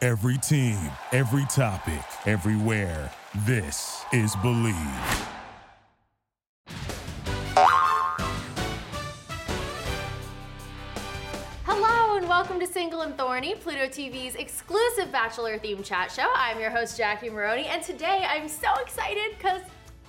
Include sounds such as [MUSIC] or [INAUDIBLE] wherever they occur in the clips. Every team, every topic, everywhere. This is Believe. Hello and welcome to Single and Thorny, Pluto TV's exclusive Bachelor themed chat show. I'm your host, Jackie Maroney, and today I'm so excited because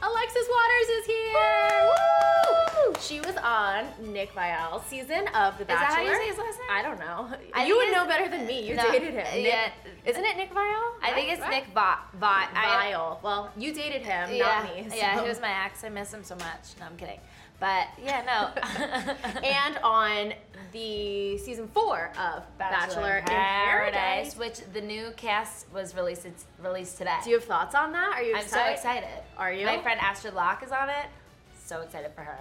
Alexis Waters is here! Woo! She was on Nick Vialle's season of The Bachelor. that how you say his last name? I don't know. I you think would it's- know better than me. You No, dated him. Nick- yeah. Isn't it Nick Vialle? I think it's Nick Bot. Bot. Vialle. Well, you dated him, yeah, not me. yeah. so. He was my ex. I miss him so much. No, I'm kidding. But yeah, no. and on the season four of [LAUGHS] Bachelor, in Paradise. which the new cast was released it's released today. Do you have thoughts on that? Are you I'm so excited? excited. Are you? My friend Astrid Locke is on it. So excited for her.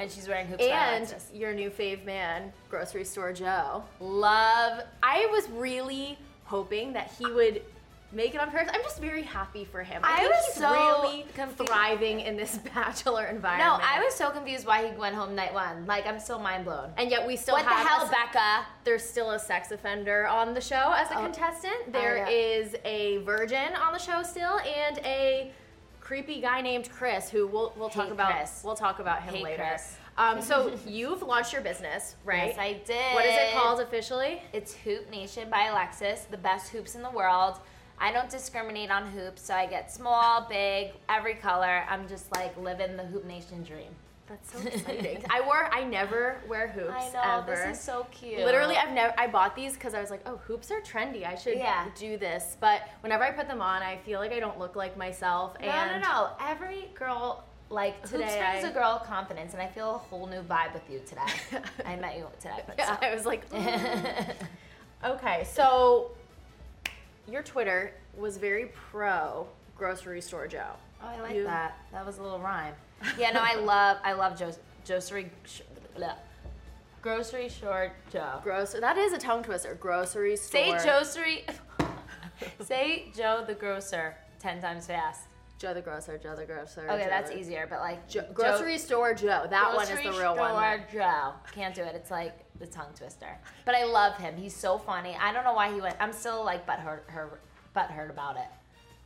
and she's wearing hoops. by And Alexis. your new fave man, grocery store Joe. love. I was really hoping that he would make it on Paris. I'm just very happy for him. I think was he's so really confused. thriving in this [LAUGHS] bachelor No, environment. I was so confused why he went home night one. Like I'm still mind blown. and yet we still what the have hell, a- Becca? there's still a sex offender on the show as a Oh, contestant. There know. is a virgin on the show still, and a creepy guy named Chris who we'll, we'll talk Hate about. Chris. We'll talk about him Hate later. Chris. Um, so [LAUGHS] you've launched your business, right? Yes, I did. What is it called officially? It's Hoop Nation by Alexis, the best hoops in the world. I don't discriminate on hoops, so I get small, big, every color. I'm just like living the Hoop Nation dream. That's so exciting. [LAUGHS] I wore. I never wear hoops ever. this is so cute. Literally, I've never. I bought these because I was like, oh, hoops are trendy. I should Yeah. do this. But whenever I put them on, I feel like I don't look like myself. no, and no, no. Every girl like hoops Today brings I- a girl confidence, and I feel a whole new vibe with you [LAUGHS] today. I met you today, but Yeah, so- [LAUGHS] I was [LAUGHS] like, "Ooh." okay, so your Twitter was very pro grocery store Joe. Oh, I like You- that. That was a little rhyme. [LAUGHS] Yeah, no, I love, I love Joe, Grocery, sh- bleh. grocery short Joe. Grocery. That is a tongue twister. Grocery store. Say grocery. [LAUGHS] say Joe the grocer ten times fast. Joe the grocer. Joe the grocer. Okay, Joe that's the- easier, but like Jo- grocery store Joe. That one is grocery the real store one. Joe can't do it. It's like the tongue twister. But I love him. He's so funny. I don't know why he went. I'm still like butthurt, her, butthurt about it.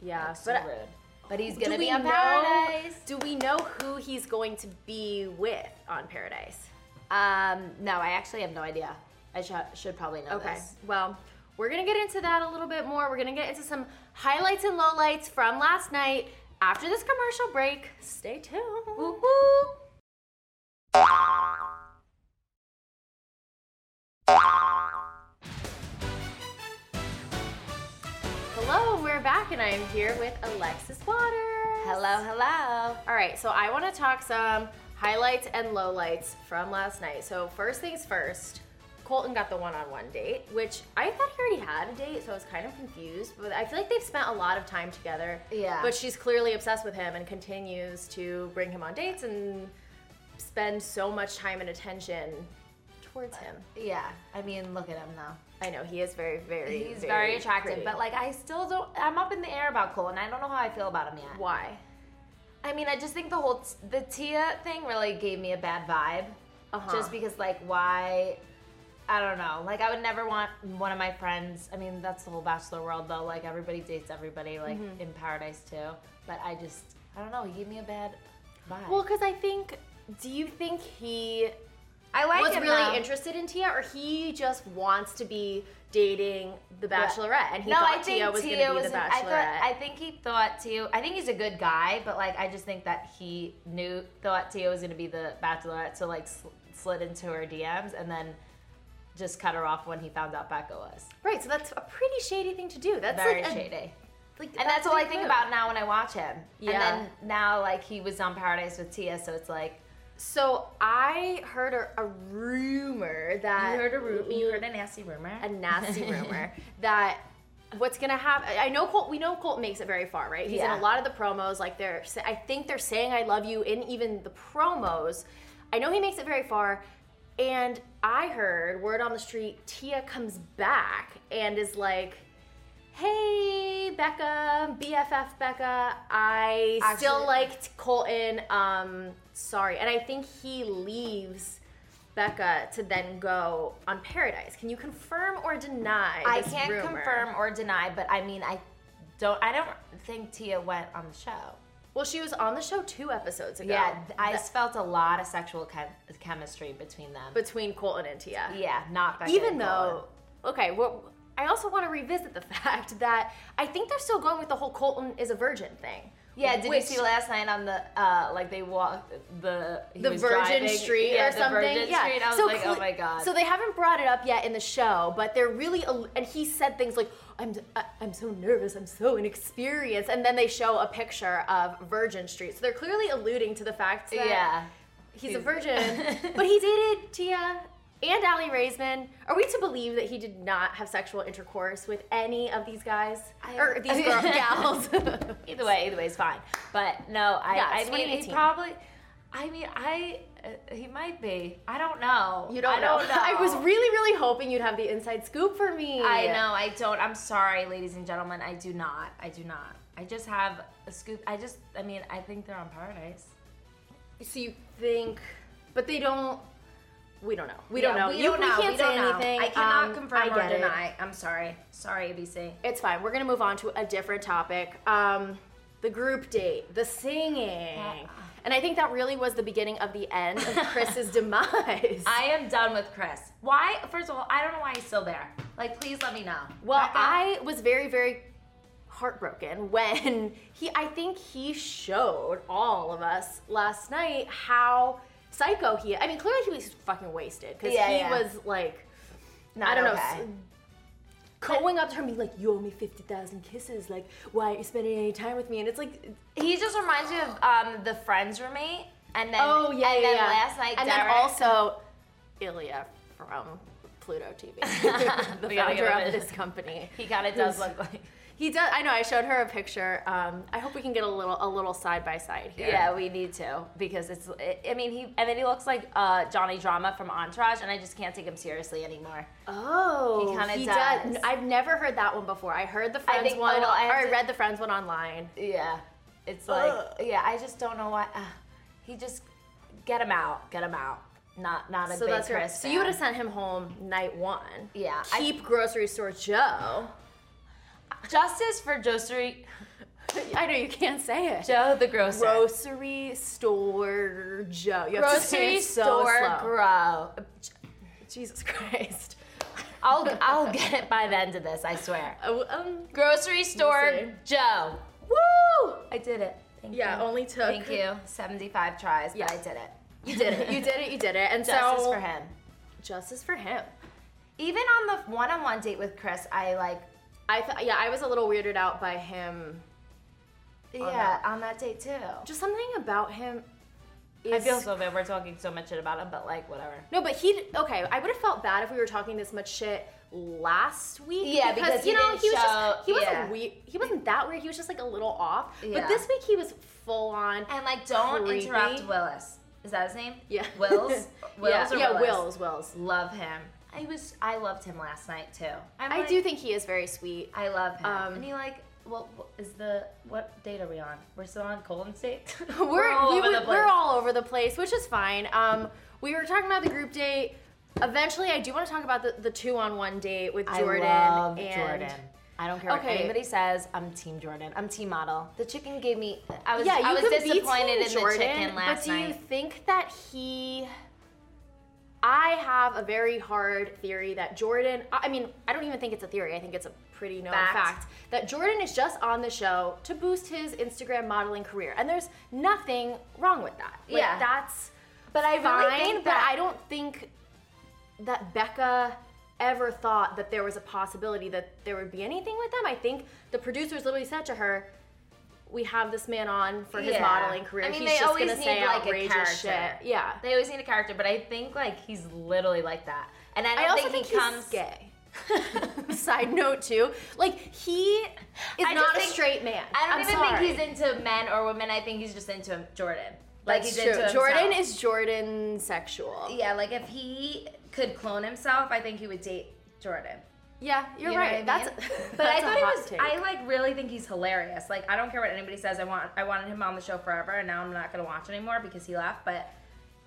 Yeah, So but uh, rude. But uh, he's do gonna we be on know? Paradise. Do we know who he's going to be with on Paradise? Um, no, I actually have no idea. I sh- should probably know Okay. this. Well, we're gonna get into that a little bit more. We're gonna get into some highlights and lowlights from last night after this commercial break. Stay tuned. Woo woo. Hello, we're back, and I am here with Alexis Waters. Hello, hello. All right, so I want to talk some highlights and lowlights from last night. So first things first, Colton got the one-on-one date, which I thought he already had a date, so I was kind of confused. But I feel like they've spent a lot of time together. Yeah. But she's clearly obsessed with him and continues to bring him on dates and spend so much time and attention towards him. Yeah, I mean, look at him though. I know he is very, very, He's very attractive, pretty. but like I still don't. I'm up in the air about Cole, and I don't know how I feel about him yet. why? I mean, I just think the whole t- the Tia thing really gave me a bad vibe, Uh-huh. just because like why. I don't know. Like, I would never want one of my friends. I mean, that's the whole bachelor world, though. Like, everybody dates everybody, like Mm-hmm. in paradise too. But I just, I don't know. He gave me a bad vibe. Well, because I think. Do you think he I like was him, really though. interested in Tia, or he just wants to be dating the Bachelorette, and he no, thought I think Tia was going Tia to be the was an- Bachelorette. I, thought, I think he thought Tia. I think he's a good guy, but like I just think that he knew thought Tia was gonna be the Bachelorette, so like sl- slid into her DMs and then just cut her off when he found out Becca was right, so that's a pretty shady thing to do. That's very like a- shady. like, And that's, all a I big think move. about now when I watch him. Yeah. And then now like he was on Paradise with Tia, so it's like So I heard a, a rumor uh, that you heard a nasty rumor. a [LAUGHS] nasty rumor that what's gonna happen i know colt we know colt makes it very far right he's in Yeah. a lot of the promos like they're sa- i think they're saying i love you in even the promos i know he makes it very far and i heard word on the street tia comes back and is like hey becca bff becca i still Actually- liked colton um sorry and i think he leaves Becca to then go on Paradise. Can you confirm or deny? I this can't rumor? confirm or deny, but I mean, I don't. I don't think Tia went on the show. Well, she was on the show two episodes ago. Yeah, th- I felt a lot of sexual chem- chemistry between them. between Colton and Tia. yeah, not Becca Even and though, okay, well, I also want to revisit the [LAUGHS] fact that I think they're still going with the whole Colton is a virgin thing. Yeah, did which- you see last night on the uh like they walked the he the was Virgin driving- Street yeah, or something. The Virgin yeah. Street. I was like, cle- oh my god. So they haven't brought it up yet in the show, but they're really al- and he said things like, "I'm I- I'm so nervous, I'm so inexperienced," and then they show a picture of Virgin Street. So they're clearly alluding to the fact that yeah, he's, a he's- virgin, [LAUGHS] but he dated Tia. And Allie Raisman, are we to believe that he did not have sexual intercourse with any of these guys I- or these girl, [LAUGHS] gals? either way, either way is fine. But no, I Yeah, it's I mean he 2018. probably. I mean I uh, he might be. I don't know. You don't, I don't [LAUGHS] know. I was really, really hoping you'd have the inside scoop for me. I know. I don't. I'm sorry, ladies and gentlemen. I do not. I do not. I just have a scoop. I just. I mean, I think they're on Paradise. So you think, but they don't. We don't know. We don't Yeah, know. We You- don't know. We can't we say don't know. anything. I cannot Um, confirm I or get it. deny. I'm sorry. Sorry, ABC. It's fine. We're gonna move on to a different topic. Um, the group date, the singing, Uh-uh. and I think that really was the beginning of the end of [LAUGHS] Chris's demise. I am done with Chris. Why? First of all, I don't know why he's still there. Like, please let me know. Well, Becca? I was very, very heartbroken when he, I think he showed all of us last night how psycho he, I mean, clearly he was fucking wasted because Yeah, he yeah. was like, Not I don't okay. know. s- Going up to her and being like, "You owe me fifty thousand kisses. Like, why aren't you spending any time with me?" And it's like, He just reminds me of um, the Friends roommate, and then oh yeah, and yeah, then yeah. last night, and Derek- then also Ilya from Pluto [LAUGHS] TV, the We gotta give founder him a- of this company. he kind of does look like. He does. I know. I showed her a picture. Um, I hope we can get a little a little side by side here. [LAUGHS] Yeah, we need to because it's. I- I mean, he and then he looks like uh, Johnny Drama from Entourage, and I just can't take him seriously anymore. Oh. He kinda does. does. N- I've never heard that one before. I heard the Friends think- one, oh, well, I or have I to- read the Friends one online. Yeah, it's like Ugh. yeah. I just don't know why. Uh, he just get him out, get him out. Not not a So big that's your, Chris. so you would have fan. sent him home night one. Yeah, I- Keep grocery store Joe. justice for Josery I know you can't say it. Joe the grocer. Grocery store Joe. You have to say [LAUGHS] Grocery it so store slow. grow. Jesus [LAUGHS] Christ. I'll I'll [LAUGHS] get it by the end of this. I swear. Oh, um, Grocery store Joe. woo! I did it. Thank Yeah, you. only took. Thank you. Seventy-five tries, Yeah. but I did it. [LAUGHS] You [LAUGHS] did it. [LAUGHS] You did it. You did it. And Justice so for him. justice for him. Even on the one-on-one date with Chris, I like. I th- yeah, I was a little weirded out by him. Yeah, on that date too. Just something about him. Is, I feel so bad. We're talking so much shit about him, but like whatever. No, but he okay. I would have felt bad if we were talking this much shit last week. Yeah, because you he know didn't he was show- just he wasn't yeah. weird. He wasn't that weird. He was just like a little off. Yeah. But this week he was full on. And like, don't Creepy. interrupt Willis. Is that his name? Yeah, [LAUGHS] Wills. Wills [LAUGHS] yeah, or yeah, Wills. Willis? Wills. Love him. I was. I loved him last night too. I'm I like- do think he is very [LAUGHS] sweet. I love him. Um, and he like, well, wh- is the what date are we on? We're still on Golden State. [LAUGHS] We're we're all, all we, over would- the place. we're all over the place, which is fine. Um, we were talking about the group date. Eventually, I do want to talk about the, the two on one date with Jordan. I love and Jordan. I don't care what Okay. anybody says. I'm Team Jordan. I'm Team Model. The chicken gave me. I was. Yeah, you I was could be disappointed Team in Jordan, the chicken but last do night. you think that he? I have a very hard theory that Jordan. I I mean, I don't even think it's a theory. I think it's a pretty known Fact. fact, that Jordan is just on the show to boost his Instagram modeling career, and there's nothing wrong with that. Like, Yeah. that's but I fine, really think that but I don't think that Becca ever thought that there was a possibility that there would be anything with them. I think the producers literally said to her, "We have this man on for his Yeah. modeling career. I mean, He's they just always gonna need, say like, a outrageous character. shit." Yeah. They always need a character, but I think like he's literally like that. And I don't I also think, think, he comes. he's gay. Side note too, like he is I just not a think- straight man. [LAUGHS] I don't am even sorry. think he's into men or women. I think he's just into him- Jordan. Like That's he's true. into himself. Jordan is Jordan sexual. Yeah, like if he could clone himself, I think he would date Jordan. Yeah, you're You know right. what I mean? That's [LAUGHS] [LAUGHS] but I that's a thought he hot was. take. I like really think he's hilarious. Like I don't care what anybody says. I want. I wanted him on the show forever, and now I'm not gonna watch anymore because he left. But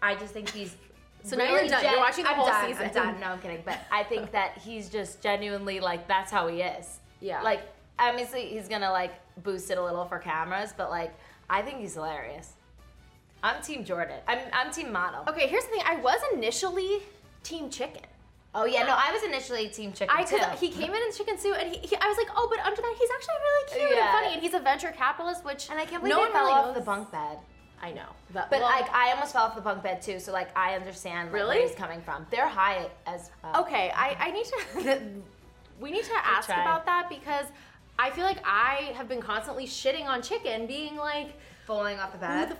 I just think he's [LAUGHS] So now you're done. You're watching the I'm whole done, season. I'm done. No, I'm kidding. But I think that he's just genuinely like that's how he is. Yeah. Like obviously he's gonna like boost it a little for cameras, but like I think he's hilarious. I'm Team Jordan. I'm I'm Team Model. Okay, here's the thing. I was initially Team Chicken. Oh yeah, no, I was initially Team Chicken I too. because he came in in his chicken suit and he, he I was like, oh, but under that he's actually really cute Yeah. and funny and he's a venture capitalist, which and I can't believe no I one fell really off knows. the bunk bed. I know, but, But well, like I almost fell off the bunk bed too, so like I understand like, Really? where he's coming from. They're high as fuck. okay, I I need to [LAUGHS] we need to ask tried. about that because I feel like I have been constantly shitting on chicken, being like, falling off who the bed. the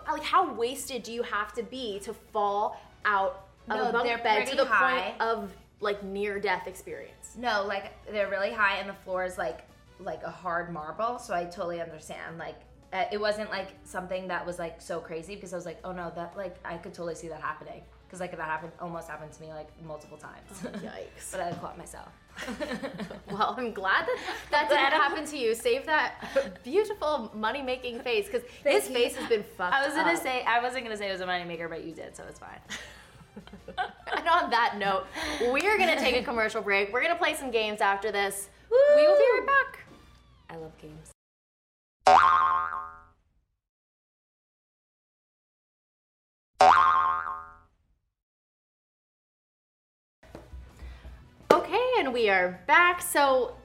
f- like how wasted do you have to be to fall out of No, a bunk they're bed pretty to the high. point of like near death [LAUGHS] experience? No, like they're really high, and the floor is like like a hard marble. So I totally understand. Like uh, it wasn't like something that was like so crazy because I was like, oh no, that like I could totally see that happening because like that happened almost happened to me like multiple times. [LAUGHS] Yikes. but I caught myself. Well, I'm glad that that Glad didn't I'm- happen to you. Save that beautiful money making face because Thank his you. face has been fucked. I was gonna up. say I wasn't gonna say it was a moneymaker, but you did, so it's fine. And on that note, we're gonna take a commercial break. We're gonna play some games after this. We will be right back. I love games. Okay, and we are back. So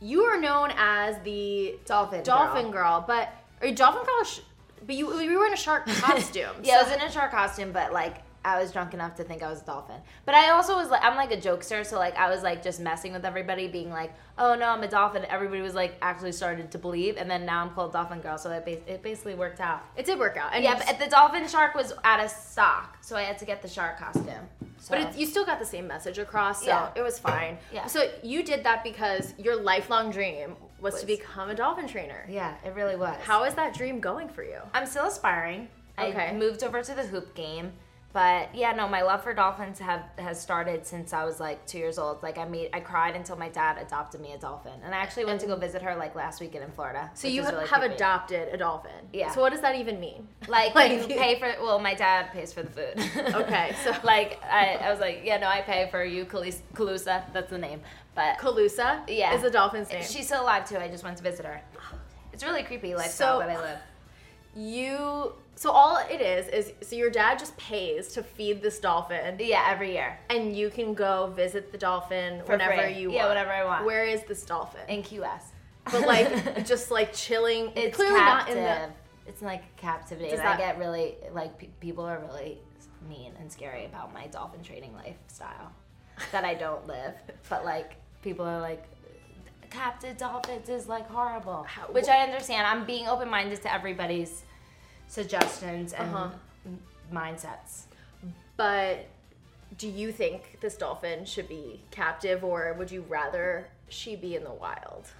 you are known as the Dolphin dolphin girl, but are you dolphin girl? Or sh- but you you were in a [LAUGHS] shark costume. Yeah, so- I was in a shark costume, but like I was drunk enough to think I was a dolphin. But I also was like, I'm like a jokester, so like I was like just messing with everybody, being like, oh no, I'm a dolphin. Everybody was like actually started to believe, and then now I'm called Dolphin Girl, so it, bas- it basically worked out. it did work out. And Yeah, you- but the dolphin shark was out of stock, so I had to get the shark costume. So. But it, you still got the same message across, so Yeah. it was fine. Yeah. So you did that because your lifelong dream was, Was- to become a dolphin trainer. yeah, it really was. How is that dream going for you? I'm still aspiring. Okay. I moved over to the hoop game. But yeah, no, my love for dolphins have has started since I was like two years old. Like I made, I cried until my dad adopted me a dolphin, and I actually went to go visit her like last weekend in Florida. So which you was ha- really have creepy. adopted a dolphin. Yeah. So what does that even mean? Like, you [LAUGHS] Like- pay for well, my dad pays for the food. [LAUGHS] Okay, so- [LAUGHS] like I, I was like, yeah, no, I pay for you, Kalis- Kalusa. That's the name. But Calusa yeah, is the dolphin's name. She's still alive too. I just went to visit her. It's really creepy lifestyle So- that I live. you. So all it is is so your dad just pays to feed this dolphin, Yeah, every year and you can go visit the dolphin For whenever free. you want. Yeah, whenever I want. Where is this dolphin? in QS. but [LAUGHS] like just like chilling. It's clearly captive. not in the. It's like captivity. Does and I that- get really like pe- people are really mean and scary about my dolphin training lifestyle that I don't live. But like people are like captive dolphins is like horrible, How- which I understand. I'm being open minded to everybody's suggestions and Uh-huh. m- mindsets. But do you think this dolphin should be captive, or would you rather she be in the wild?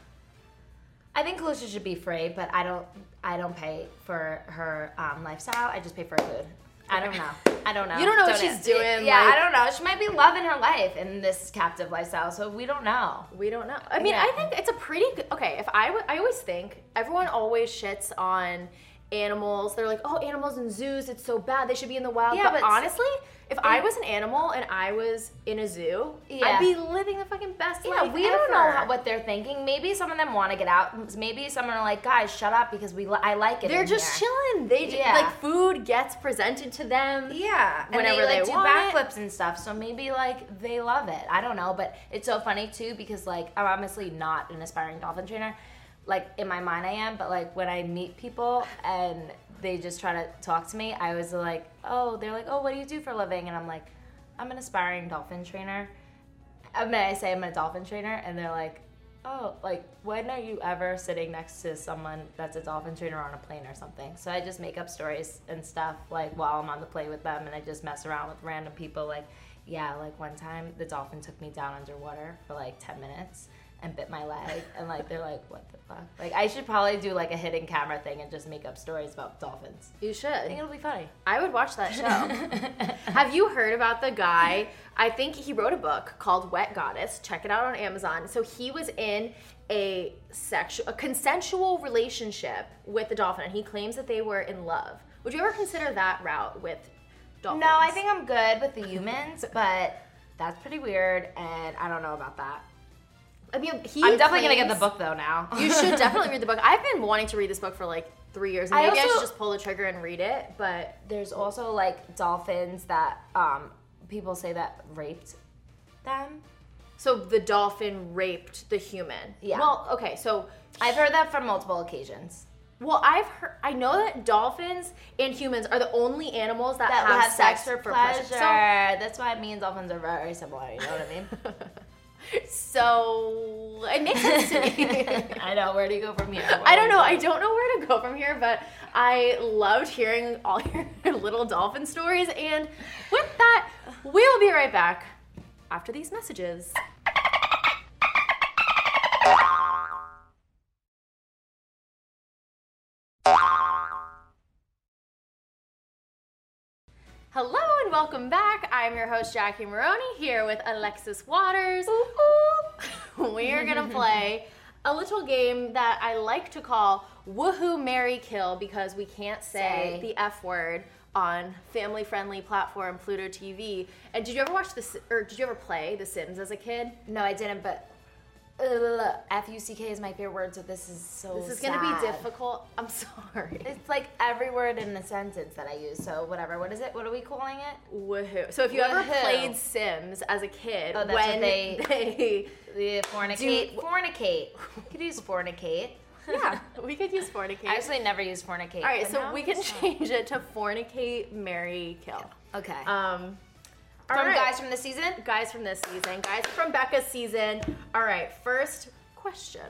I think Kalusha should be free, but I don't. I don't pay for her um, lifestyle. I just pay for her food. I don't know. I don't know. You don't know what she's ask- doing, Yeah, like- I don't know. She might be loving her life in this captive lifestyle, so we don't know. We don't know. I mean, Yeah. I think it's a pretty good. Okay, if I, w- I always think everyone always shits on animals. They're like, oh, animals in zoos, it's so bad. They should be in the wild. Yeah, but, but- honestly, if I was an animal and I was in a zoo, I'd Yeah. be living the fucking best life. Yeah, we don't know ever. how, what they're thinking. Maybe some of them want to get out. Maybe some are like, guys, shut up because we li- I like it. They're in just here. chilling. They just, Yeah. like food gets presented to them. Yeah, and whenever they, like, they do want it. backflips and stuff. So maybe like they love it. I don't know, but it's so funny too because like I'm obviously not an aspiring dolphin trainer. Like in my mind, I am, but like when I meet people and they just try to talk to me, I was like, oh, they're like, oh, what do you do for a living? And I'm like, I'm an aspiring dolphin trainer. I mean, I say I'm a dolphin trainer, and they're like, oh, like when are you ever sitting next to someone that's a dolphin trainer on a plane or something? So I just make up stories and stuff like while I'm on the plane with them, and I just mess around with random people. Like, yeah, like one time the dolphin took me down underwater for like ten minutes and bit my leg, and like they're like, what the fuck? Like I should probably do like a hidden camera thing and just make up stories about dolphins. You I think should. it'll be funny. I would watch that show. [LAUGHS] Have you heard about the guy? I think he wrote a book called Wet Goddess. Check it out on Amazon. So he was in a sexual, a consensual relationship with the dolphin, and he claims that they were in love. Would you ever consider that route with dolphins. No, I think I'm good with the humans, but that's pretty weird, and I don't know about that. I mean, he I'm definitely gonna get the claims- book though now. [LAUGHS] You [LAUGHS] should definitely read the book. I've been wanting to read this book for like three years. and I Maybe I, should also- just pull the trigger and read it, but There's also like dolphins that um, people say that raped them. so the dolphin raped the human. Yeah. Well, okay, so I've heard that from multiple occasions. well, I've heard, I know that dolphins and humans are the only animals that, That have, have, sex, for pleasure. That's why me and dolphins are very similar. You know what I [LAUGHS] mean? So, so it makes sense to me. [LAUGHS] [LAUGHS] I know. Where do you go from here? Where I don't do know. I you don't know where to go from here, but I loved hearing all your [LAUGHS] little dolphin stories. And with that, we will be right back after these messages. Hello and welcome back. I'm your host, Jackie Maroney, here with Alexis Waters. [LAUGHS] We are going to play a little game that I like to call Woohoo Mary Kill because we can't say, Say. the F word on family friendly platform Pluto TV. And did you ever watch this, or did you ever play The Sims as a kid? No, I didn't. But ugh, F U C K is my favorite word. So this is so. This is going to be sad. difficult. I'm sorry. It's like every word in a sentence that I use. So whatever. What is it? What are we calling it? Woohoo. So if you ever Woohoo. played Sims as a kid, Oh, that's what when [LAUGHS] they- [LAUGHS] they The fornicate. Do- fornicate. You could use fornicate. yeah, we could use fornicate. I actually never use fornicate. All right, but so now we I can [LAUGHS] use it. change it to fornicate, marry, kill. Okay. Um, all from right. guys from the season. guys from this season, guys from Becca's season. All right, first question.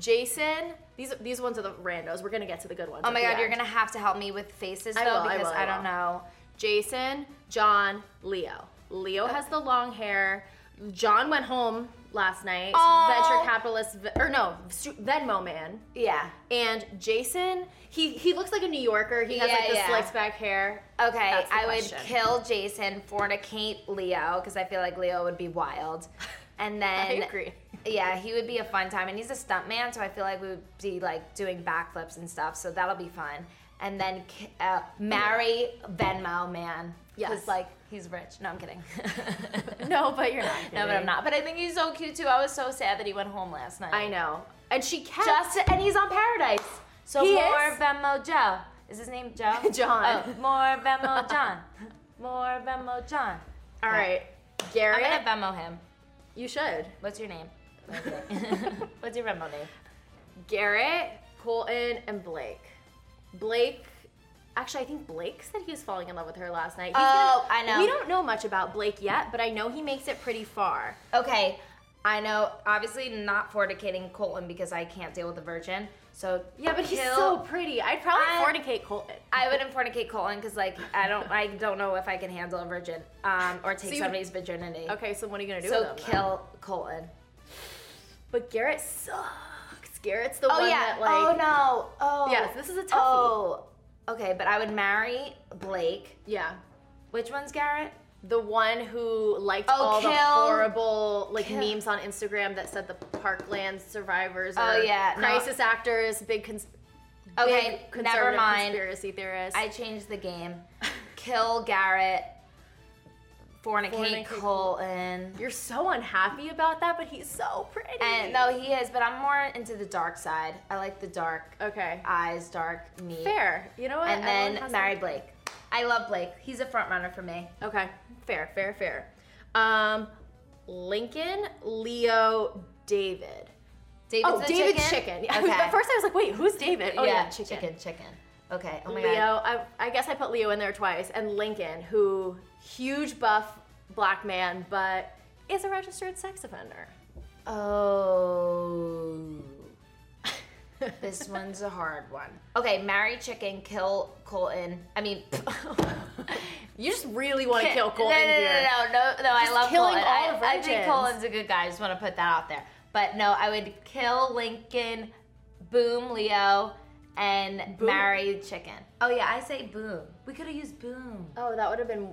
Jason, these these ones are the randos. We're gonna get to the good ones. Oh my god, you're gonna have to help me with faces though I will, I because will, I, I will. don't know. Jason, John, Leo. Leo has the long hair. John went home last night. Aw. Venture capitalist, or no, Su- Venmo man. Yeah. And Jason, he he looks like a New Yorker. He has like Yeah, the yeah. slicked back hair. Okay, That's the I question. would kill Jason, fornicate Leo because I feel like Leo would be [LAUGHS] wild, and then I agree. yeah, he would be a fun time, and he's a stuntman, so I feel like we would be like doing backflips and stuff, so that'll be fun. And then ki- uh, marry Venmo man, Yes. because like he's rich. No, I'm kidding. [LAUGHS] No, but you're not. no, but I'm not. But I think he's so cute too. I was so sad that he went home last night. I know. And she kept Just and he's on Paradise. So He more is? Venmo Joe. Is his name [LAUGHS] Joe? John. Oh, more Venmo John. More Venmo John. All right, I'm Garrett, gonna Venmo him. you should. What's your name? [LAUGHS] What's your Venmo name? Garrett, Colton, and Blake. Blake, actually, I think Blake said he was falling in love with her last night. He's Oh, I know. We don't know much about Blake yet, but I know he makes it pretty far. Okay, I know. Obviously, not fornicating Colton because I can't deal with a virgin. So Yeah, but he's kill- so pretty. I'd probably I- fornicate Colton. I wouldn't fornicate Colton because like I don't I don't know if I can handle a virgin um, or take So you- somebody's virginity. Okay, so what are you gonna do? So with him, though? kill Colton. But Garrett sucks. Garrett's the one Oh yeah. that like. oh no. Oh. Yes, this is a toughie. Oh. Okay, but I would marry Blake. Yeah. Which one's Garrett? The one who liked Oh, all the kill- horrible like kill- memes on Instagram that said the Parkland survivors Oh, are yeah, no. crisis actors, big, cons- Okay, big conservative never mind. conspiracy theorists. I changed the game. Kill Garrett. Fornicate Fornicate Colton. You're so unhappy about that, but he's so pretty. And no, he is, but I'm more into the dark side. I like the dark okay, eyes, dark meat. fair. You know what? And Everyone then has marry their- Blake. I love Blake. He's a front runner for me. Okay, fair, fair, fair. Um, Lincoln, Leo, David. David's oh, the David's chicken. [LAUGHS] Yeah, Okay. At first, I was like, wait, who's David? Oh yeah, chicken. chicken, chicken. Okay. Oh my Leo, god. I, I guess I put Leo in there twice, and Lincoln, who huge buff black man, but is a registered sex offender. Oh. this one's a hard one. Okay, marry chicken, kill Colton. I mean, [LAUGHS] You just really want to kill Colton no, no, no, here. No, no, no, no. I Just love killing Colton. all I, the I think virgins. Colton's a good guy. I just want to put that out there. But no, I would kill Lincoln, boom Leo, and Boom. marry chicken. Oh yeah, I say boom. We could have used boom. Oh, that would have been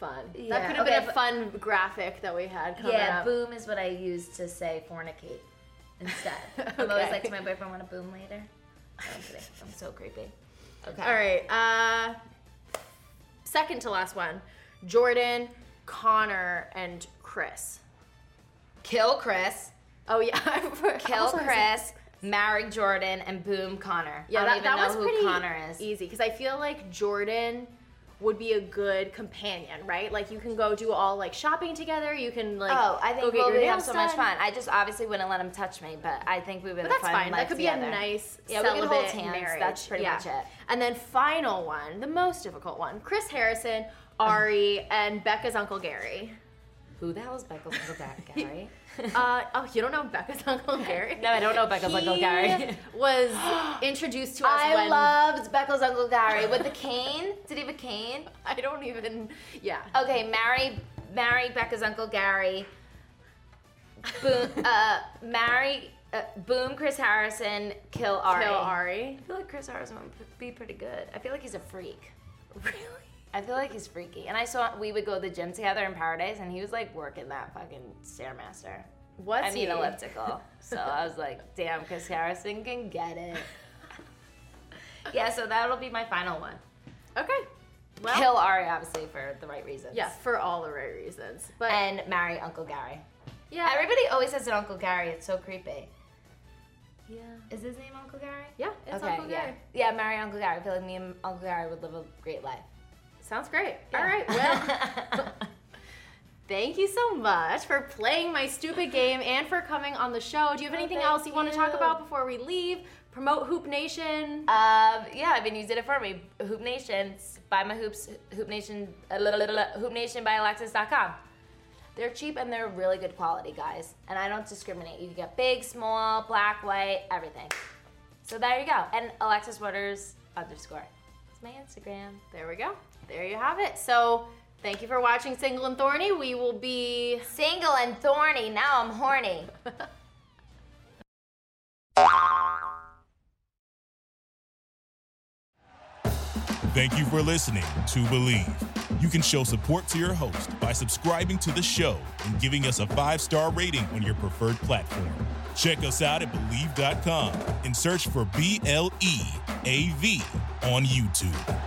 fun. That Yeah, could have okay, been a but- fun graphic that we had coming yeah, up. boom is what I use to say fornicate [LAUGHS] instead. I'm always Okay. like to my boyfriend, want to boom later? No, I'm kidding. I'm so creepy. Okay. All right. Uh, Second to last one Jordan, Connor, and Chris. Kill Chris. Oh, yeah. [LAUGHS] I Kill also- Chris. Marry Jordan and boom Connor. Yeah, I that, don't that even know was who pretty Connor is. easy because I feel like Jordan would be a good companion, right? Like you can go do all like shopping together. You can like Oh, I go think get we your would have nails so much done. fun. I just obviously wouldn't let him touch me, but I think we would. But that's fine. That could be a nice Yeah, we could celibate hold hands. marriage. That's pretty Yeah. much it. And then final one, the most difficult one: Chris Harrison, Ari, and Becca's uncle [LAUGHS] Gary. Who the hell is Becca's Uncle [LAUGHS] Ga- Gary? Uh, oh, you don't know Becca's uncle Gary? [LAUGHS] no, I don't know Becca's Uncle He Gary. was introduced to us I when loved Becca's Uncle Gary with the cane. Did he have a cane? I don't even. Yeah. Okay, marry, marry Becca's Uncle Gary. [LAUGHS] Boom, uh, marry, uh, boom, Chris Harrison, kill Ari. Kill Ari. I feel like Chris Harrison would p- be pretty good. I feel like he's a freak. Really? I feel like he's freaky. And I saw we would go to the gym together in Paradise, and he was like working that fucking stairmaster. What's I he? mean [LAUGHS] elliptical. so I was like, damn, Chris Harrison can get [LAUGHS] it. yeah, so that'll be my final one. Okay. Well, Kill Ari, obviously, for the right reasons. yeah, for all the right reasons. But And marry Uncle Gary. yeah, [LAUGHS] Everybody always says an Uncle Gary. It's so creepy. yeah, Is his name Uncle Gary? yeah, it's okay, Uncle Gary. Yeah. yeah, marry Uncle Gary. I feel like me and Uncle Gary would live a great life. Sounds great. All right. Well, [LAUGHS] thank you so much for playing my stupid game and for coming on the show. Do you have anything Oh, thank else you, want to talk you. about before we leave? Promote Hoop Nation. Um, yeah, I mean, you did it for me. Hoop Nation, buy my hoops, Hoop Nation, uh, la- la- la- la- Hoop Nation by Alexis.com. They're cheap and they're really good quality, guys. And I don't discriminate. You can get big, small, black, white, everything. So there you go. And Alexis Waters underscore. It's my Instagram. There we go. There you have it. So thank you for watching Single and Thorny. We will be. Single and thorny. Now I'm horny. Thank you for listening to Believe. You can show support to your host by subscribing to the show and giving us a five star rating on your preferred platform. Check us out at Believe.com and search for B L E A V on YouTube.